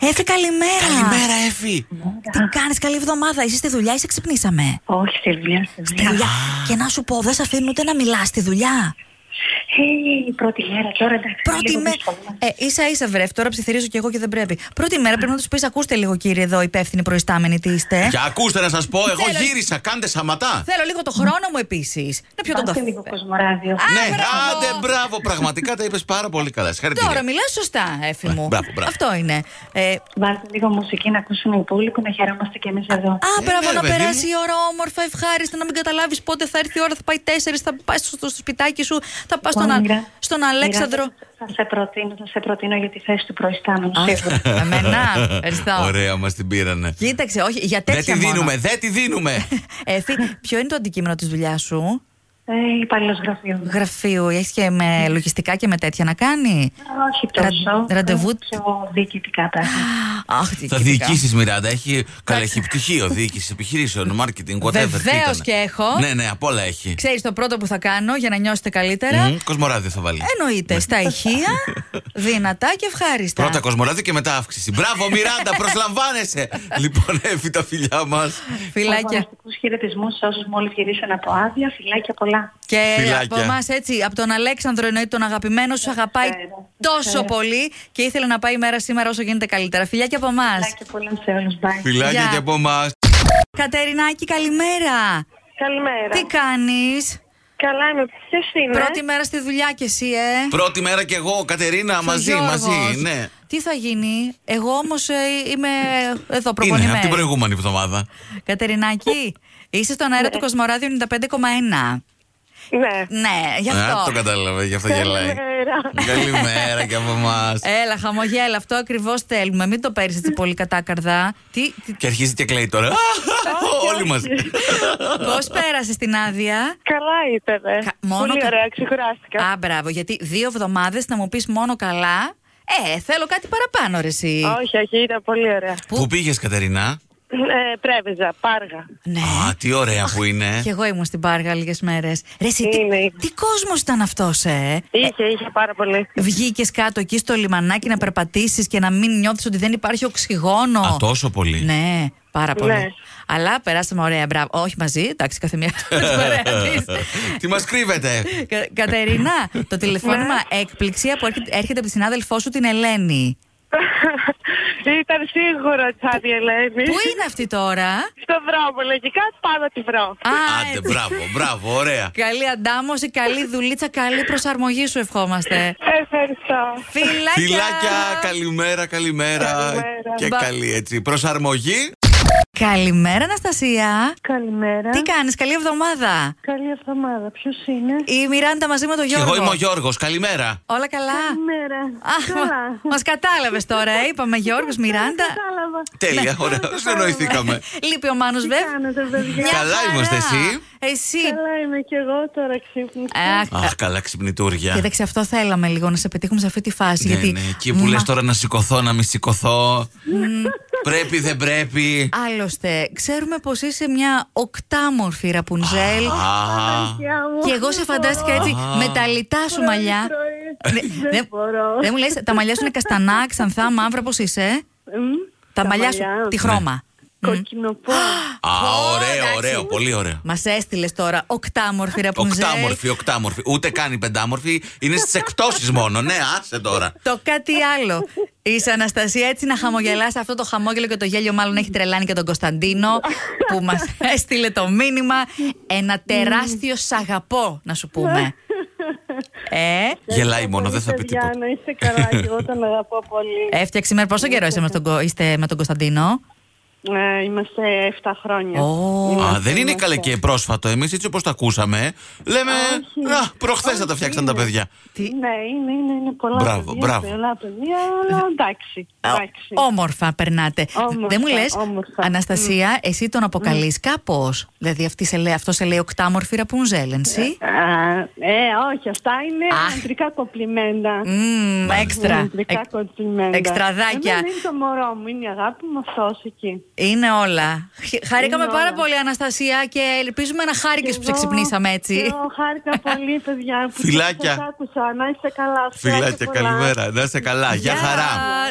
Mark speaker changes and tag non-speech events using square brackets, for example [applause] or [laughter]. Speaker 1: Έφη, καλημέρα.
Speaker 2: Καλημέρα, Εφη.
Speaker 1: Τι κάνεις, καλή εβδομάδα. Είσαι στη δουλειά ή σε ξυπνήσαμε.
Speaker 3: Όχι, στη δουλειά. Στη
Speaker 1: Στη
Speaker 3: δουλειά.
Speaker 1: δουλειά. Και να σου πω, δεν σε αφήνουν ούτε να μιλάς στη δουλειά.
Speaker 3: Ε, η πρώτη μέρα τώρα εντάξει.
Speaker 1: Πρώτη
Speaker 3: λίγο
Speaker 1: μέρα.
Speaker 2: ναι.
Speaker 3: δύσκολο.
Speaker 1: Ε, ίσα ίσα βρέφει, τώρα ψιθυρίζω κι εγώ και δεν πρέπει. Πρώτη μέρα πρέπει να τους πεις: Ακούστε λίγο, κύριε εδώ, υπεύθυνοι προϊστάμενοι, τι είστε.
Speaker 2: Ε, Και ακούστε να σας πω, εγώ
Speaker 1: Θέλω-
Speaker 2: γύρισα, κάντε σαματά.
Speaker 1: Θέλω λίγο το χρόνο μου επίσης. Να πιω τον
Speaker 3: Πάστε
Speaker 1: καφέ.
Speaker 3: λίγο κοσμοράδιο.
Speaker 1: Α,
Speaker 2: Ναι,
Speaker 1: μπράβο.
Speaker 2: άντε, μπράβο, πραγματικά τα είπες πάρα πολύ καλά.
Speaker 1: Τώρα
Speaker 2: Συγχαρητήρια.
Speaker 1: μιλάς σωστά, έφη
Speaker 2: Ναι,
Speaker 1: μου.
Speaker 2: μπράβο, μπράβο.
Speaker 1: Αυτό είναι. Ε,
Speaker 3: Βάλτε λίγο μουσική να ακούσουμε υπόλοιπο, να χαιρόμαστε κι εμείς εδώ.
Speaker 1: Α,
Speaker 2: Ε,
Speaker 1: μπράβο,
Speaker 2: ναι,
Speaker 1: να
Speaker 2: παιδί μου.
Speaker 1: περάσει η ώρα όμορφα, ευχάριστα, να μην καταλάβεις πότε θα έρθει η ώρα. Θα πάει τέσσερις, θα πας στο, στο σπιτάκι σου, θα πας στον, Α-
Speaker 3: Μοίρα,
Speaker 1: στον
Speaker 3: Μοίρα,
Speaker 1: Αλέξανδρο.
Speaker 3: Θα σε προτείνω, θα σε προτείνω για τη θέση του προϊστάμενου.
Speaker 1: Α,
Speaker 3: σίγουρα.
Speaker 2: [laughs]
Speaker 1: Εμένα, ευχαριστώ.
Speaker 2: Ωραία, μας την πήρανε.
Speaker 1: Κοίταξε, όχι, για τέτοια.
Speaker 2: Δεν τη
Speaker 1: μόνο.
Speaker 2: δίνουμε, δεν τη
Speaker 1: [laughs]
Speaker 2: δίνουμε.
Speaker 1: Έφη, ποιο είναι το αντικείμενο της δουλειάς σου,
Speaker 3: Ε, υπαλλήλος γραφείου.
Speaker 1: γραφείου, έχεις και με λογιστικά και με τέτοια να κάνει.
Speaker 3: Όχι τόσο.
Speaker 1: Ρα- ραντεβού.
Speaker 3: ε, Πιο διοικητικά πράγματα.
Speaker 1: Αχ, τι
Speaker 2: Θα διοικήσεις, Μιράντα. Έχει, καλά, έχει πτυχίο διοίκηση επιχειρήσεων, marketing, whatever. τι
Speaker 1: Βεβαίως
Speaker 2: ήταν.
Speaker 1: και έχω.
Speaker 2: Ναι, ναι, απ' όλα έχει.
Speaker 1: Ξέρεις το πρώτο που θα κάνω για να νιώσετε καλύτερα.
Speaker 2: Μμμ, Κοσμοράδιο θα βάλει.
Speaker 1: Εννοείται, στα ηχεία, δυνατά και ευχάριστα.
Speaker 2: Πρώτα Κοσμοράδιο και μετά αύξηση. Μπράβο,
Speaker 1: [laughs]
Speaker 2: Μιράντα, προσλαμβάνεσαι. λοιπόν, έφυγε τα φιλιά μας.
Speaker 1: Φιλάκια.
Speaker 3: Αγωνιστικούς χαιρετισμούς σε όσους μόλις γυρίσαν από άδεια. Φιλάκια πολλά.
Speaker 1: Και από
Speaker 2: Φιλάκια.
Speaker 1: εμάς έτσι, από τον Αλέξανδρο εννοείται τον αγαπημένο σου, αγαπάει
Speaker 3: ξέρω,
Speaker 1: τόσο
Speaker 3: ξέρω.
Speaker 1: πολύ και ήθελε να πάει η μέρα σήμερα όσο γίνεται καλύτερα. Φιλιά και από εμάς.
Speaker 3: Φιλάκια πολλά σε όλους. Bye.
Speaker 2: Φιλάκια
Speaker 1: Γεια.
Speaker 2: και από εμάς.
Speaker 1: Κατερινάκη, καλημέρα.
Speaker 4: Καλημέρα.
Speaker 1: Τι κάνεις.
Speaker 4: Καλά είμαι. Ποιος είναι.
Speaker 1: Πρώτη μέρα στη δουλειά και εσύ, ε.
Speaker 2: Πρώτη μέρα και εγώ, Κατερίνα,
Speaker 1: Ο
Speaker 2: μαζί,
Speaker 1: Γιώργος.
Speaker 2: μαζί. Ναι.
Speaker 1: Τι θα γίνει. Εγώ όμως είμαι εδώ
Speaker 2: Είναι από την
Speaker 1: προπονημένη.
Speaker 2: προηγούμενη εβδομάδα.
Speaker 1: Κατερινάκη, είσαι στον αέρα του Κοσμοράδιου 95,1.
Speaker 4: Ναι.
Speaker 1: Ναι, γι'
Speaker 2: Α,
Speaker 1: αυτό.
Speaker 2: Ε, το κατάλαβα, γι' αυτό γελάει.
Speaker 4: Καλημέρα.
Speaker 2: Καλημέρα και από εμάς.
Speaker 1: Έλα, χαμογέλα, αυτό ακριβώς θέλουμε. Μην το παίρνεις έτσι πολύ κατάκαρδα. Τι,
Speaker 2: [laughs]
Speaker 1: τι,
Speaker 2: Και αρχίζει και κλαίει τώρα. Όλοι μας.
Speaker 1: Πώς πέρασες την άδεια.
Speaker 4: Καλά ήταν.
Speaker 1: Κα- μόνο
Speaker 4: Πολύ
Speaker 1: κα-
Speaker 4: ωραία, ξεκουράστηκα.
Speaker 1: Α, μπράβο, γιατί δύο εβδομάδες να μου πεις μόνο καλά. Ε, θέλω κάτι παραπάνω, ρε εσύ.
Speaker 4: Όχι, όχι, ήταν πολύ ωραία.
Speaker 2: Πού πήγες, Κατερινά.
Speaker 4: Ε, πρέβεζα, πάργα.
Speaker 1: Ναι.
Speaker 2: Α, τι ωραία που είναι.
Speaker 1: Ε. Κι εγώ ήμουν στην Πάργα λίγες μέρες. Ρε, εσύ, τι,
Speaker 4: Είναι.
Speaker 1: τι κόσμος ήταν αυτός, ε.
Speaker 4: Είχε, είχε πάρα
Speaker 1: [laughs]
Speaker 4: πολύ.
Speaker 1: Βγήκες κάτω εκεί στο λιμανάκι να περπατήσεις και να μην νιώθεις ότι δεν υπάρχει οξυγόνο.
Speaker 2: Α, τόσο πολύ.
Speaker 1: Ναι, πάρα πολύ.
Speaker 4: Ναι.
Speaker 1: Αλλά περάσαμε ωραία, μπράβο. Όχι μαζί, εντάξει, κάθε μία [laughs] με την παρέας της.
Speaker 2: Τι μας κρύβεται.
Speaker 1: Κα- Κατερίνα,
Speaker 4: Ναι.
Speaker 1: το τηλεφώνημα έκπληξη από- έρχεται, έρχεται από τη συνάδελφό σου την Ελένη.
Speaker 4: Ναι. ήταν σίγουρο τσάντι, Ελένη.
Speaker 1: Πού είναι αυτή τώρα?
Speaker 4: Στο δρόμο, λογικά πάω να τη βρω.
Speaker 1: Α,
Speaker 2: Άντε,
Speaker 1: έτσι.
Speaker 2: μπράβο, μπράβο, ωραία.
Speaker 1: Καλή αντάμωση, καλή δουλίτσα, καλή προσαρμογή σου ευχόμαστε.
Speaker 4: Ευχαριστώ.
Speaker 1: Φιλάκια!
Speaker 2: Φιλάκια, καλημέρα, καλημέρα.
Speaker 4: Καλημέρα.
Speaker 2: Και
Speaker 1: Μπα-
Speaker 2: καλή έτσι. Προσαρμογή.
Speaker 1: Καλημέρα, Αναστασία.
Speaker 5: Καλημέρα.
Speaker 1: Τι κάνεις, καλή εβδομάδα.
Speaker 5: Καλή εβδομάδα. Ποιος είναι.
Speaker 1: Η Μιράντα μαζί με τον
Speaker 2: Και
Speaker 1: Γιώργο.
Speaker 2: εγώ είμαι ο Γιώργος. Καλημέρα.
Speaker 1: Όλα καλά.
Speaker 5: Καλημέρα.
Speaker 1: Αχ,
Speaker 5: Καλά.
Speaker 1: μας μας κατάλαβες τώρα, ε. είπαμε Γιώργος, Μιράντα.
Speaker 5: Κατάλαβα.
Speaker 1: Ναι.
Speaker 2: Τέλεια, ωραία. Συνοηθήκαμε.
Speaker 1: Λείπει ο Μάνος Βεβ.
Speaker 5: Κάνετε, Ναι, παιδιά.
Speaker 1: Ναι. Μια
Speaker 2: Καλά
Speaker 1: χαρά.
Speaker 2: είμαστε, εσύ.
Speaker 1: Εσύ.
Speaker 5: Καλά είμαι κι εγώ τώρα ξύπνησα.
Speaker 1: Αχ,
Speaker 2: Αχ, καλά ξυπνητούρια.
Speaker 1: Κοίταξε, αυτό θέλαμε λίγο να σε πετύχουμε σε αυτή τη φάση.
Speaker 2: Ναι,
Speaker 1: γιατί
Speaker 2: ναι, εκεί που
Speaker 1: μα-
Speaker 2: λες τώρα να σηκωθώ, να μη σηκωθώ. Πρέπει, δεν πρέπει.
Speaker 1: Άλλωστε, ξέρουμε πως είσαι μια οκτάμορφη ραπουνζέλ.
Speaker 2: Α,
Speaker 5: Γεια μου.
Speaker 1: Και εγώ σε φαντάστηκα έτσι με τα λιτά σου μαλλιά.
Speaker 5: Πρωί, πρωί.
Speaker 1: Δεν-
Speaker 5: Δεν
Speaker 1: δεν-
Speaker 5: μπορώ.
Speaker 1: Δεν μου λες, τα μαλλιά σου είναι καστανά, ξανθά, μαύρα, πώς είσαι. ε?
Speaker 5: Μμ.
Speaker 1: Τα μαλλιά σου, τι χρώμα.
Speaker 5: Ναι. Κοκκινοπό.
Speaker 2: α,
Speaker 1: Ω,
Speaker 2: ωραίο,
Speaker 1: εντάξει.
Speaker 2: ωραίο, πολύ ωραίο.
Speaker 1: Μας έστειλες τώρα οκτάμορφη ραπουνζέλ.
Speaker 2: Οκτάμορφη, οκτάμορφη. Ούτε καν η πεντάμορφη. Είναι στις εκτόσεις μόνο. Ναι, άσε τώρα.
Speaker 1: Το κάτι άλλο. Είσαι Αναστασία έτσι να χαμογελάς αυτό το χαμόγελο και το γέλιο μάλλον έχει τρελάνει και τον Κωνσταντίνο που μας έστειλε το μήνυμα ένα τεράστιο σ' αγαπώ να σου πούμε. Ε,
Speaker 2: Γελάει μόνο, δεν θα πει
Speaker 5: Παιδιά,
Speaker 2: τίποτα.
Speaker 5: να είστε
Speaker 2: [laughs]
Speaker 5: καλά και εγώ τον αγαπώ πολύ.
Speaker 1: έφτιαξε σήμερα πόσο καιρό είσαι με τον, Κο- είστε με τον Κωνσταντίνο.
Speaker 5: Ε, Είμαστε 7 χρόνια.
Speaker 1: Ω.
Speaker 2: Α, δεν είναι καλέ και πρόσφατο. Εμείς έτσι όπως τα ακούσαμε, λέμε. Α, προχθές θα τα φτιάξαν τα παιδιά.
Speaker 5: Ναι, είναι, είναι, είναι πολλά
Speaker 2: Μπράβο,
Speaker 5: παιδιά,
Speaker 2: μπράβο.
Speaker 5: πολλά παιδιά, αλλά εντάξει, εντάξει.
Speaker 1: Όμορφα περνάτε.
Speaker 5: Όμορφα,
Speaker 1: δεν μου λες,
Speaker 5: όμορφα.
Speaker 1: Αναστασία, εσύ τον αποκαλείς κάπως. Δηλαδή αυτή σε λέει, αυτό σε λέει οκτάμορφη ραπουνζέλ, ενσύ.
Speaker 5: Α, ε, όχι, αυτά είναι
Speaker 1: Αχ.
Speaker 5: αντρικά κοπλιμέντα.
Speaker 1: Μμμ,
Speaker 5: Ναι,
Speaker 1: έξτρα. Ε,
Speaker 5: Αντρικά
Speaker 1: Εκ-
Speaker 5: κοπλιμέντα.
Speaker 1: Εξτραδάκια.
Speaker 5: Εμένα είναι το μωρό μου, είναι η αγάπη μου, αυτός εκεί.
Speaker 1: Είναι όλα. Χ- Χαρήκαμε
Speaker 5: Είναι
Speaker 1: πάρα
Speaker 5: όλα.
Speaker 1: πολύ, Αναστασία, και ελπίζουμε να χάρηκες που σε
Speaker 5: Εγώ-
Speaker 1: ξυπνήσαμε έτσι.
Speaker 5: και Εγώ χάρηκα πολύ, παιδιά. που
Speaker 2: Φιλάκια.
Speaker 5: σας άκουσα. Να είστε καλά.
Speaker 2: Φιλάκια,
Speaker 5: πολλά.
Speaker 2: καλημέρα. Να είσαι καλά. Γεια χαρά.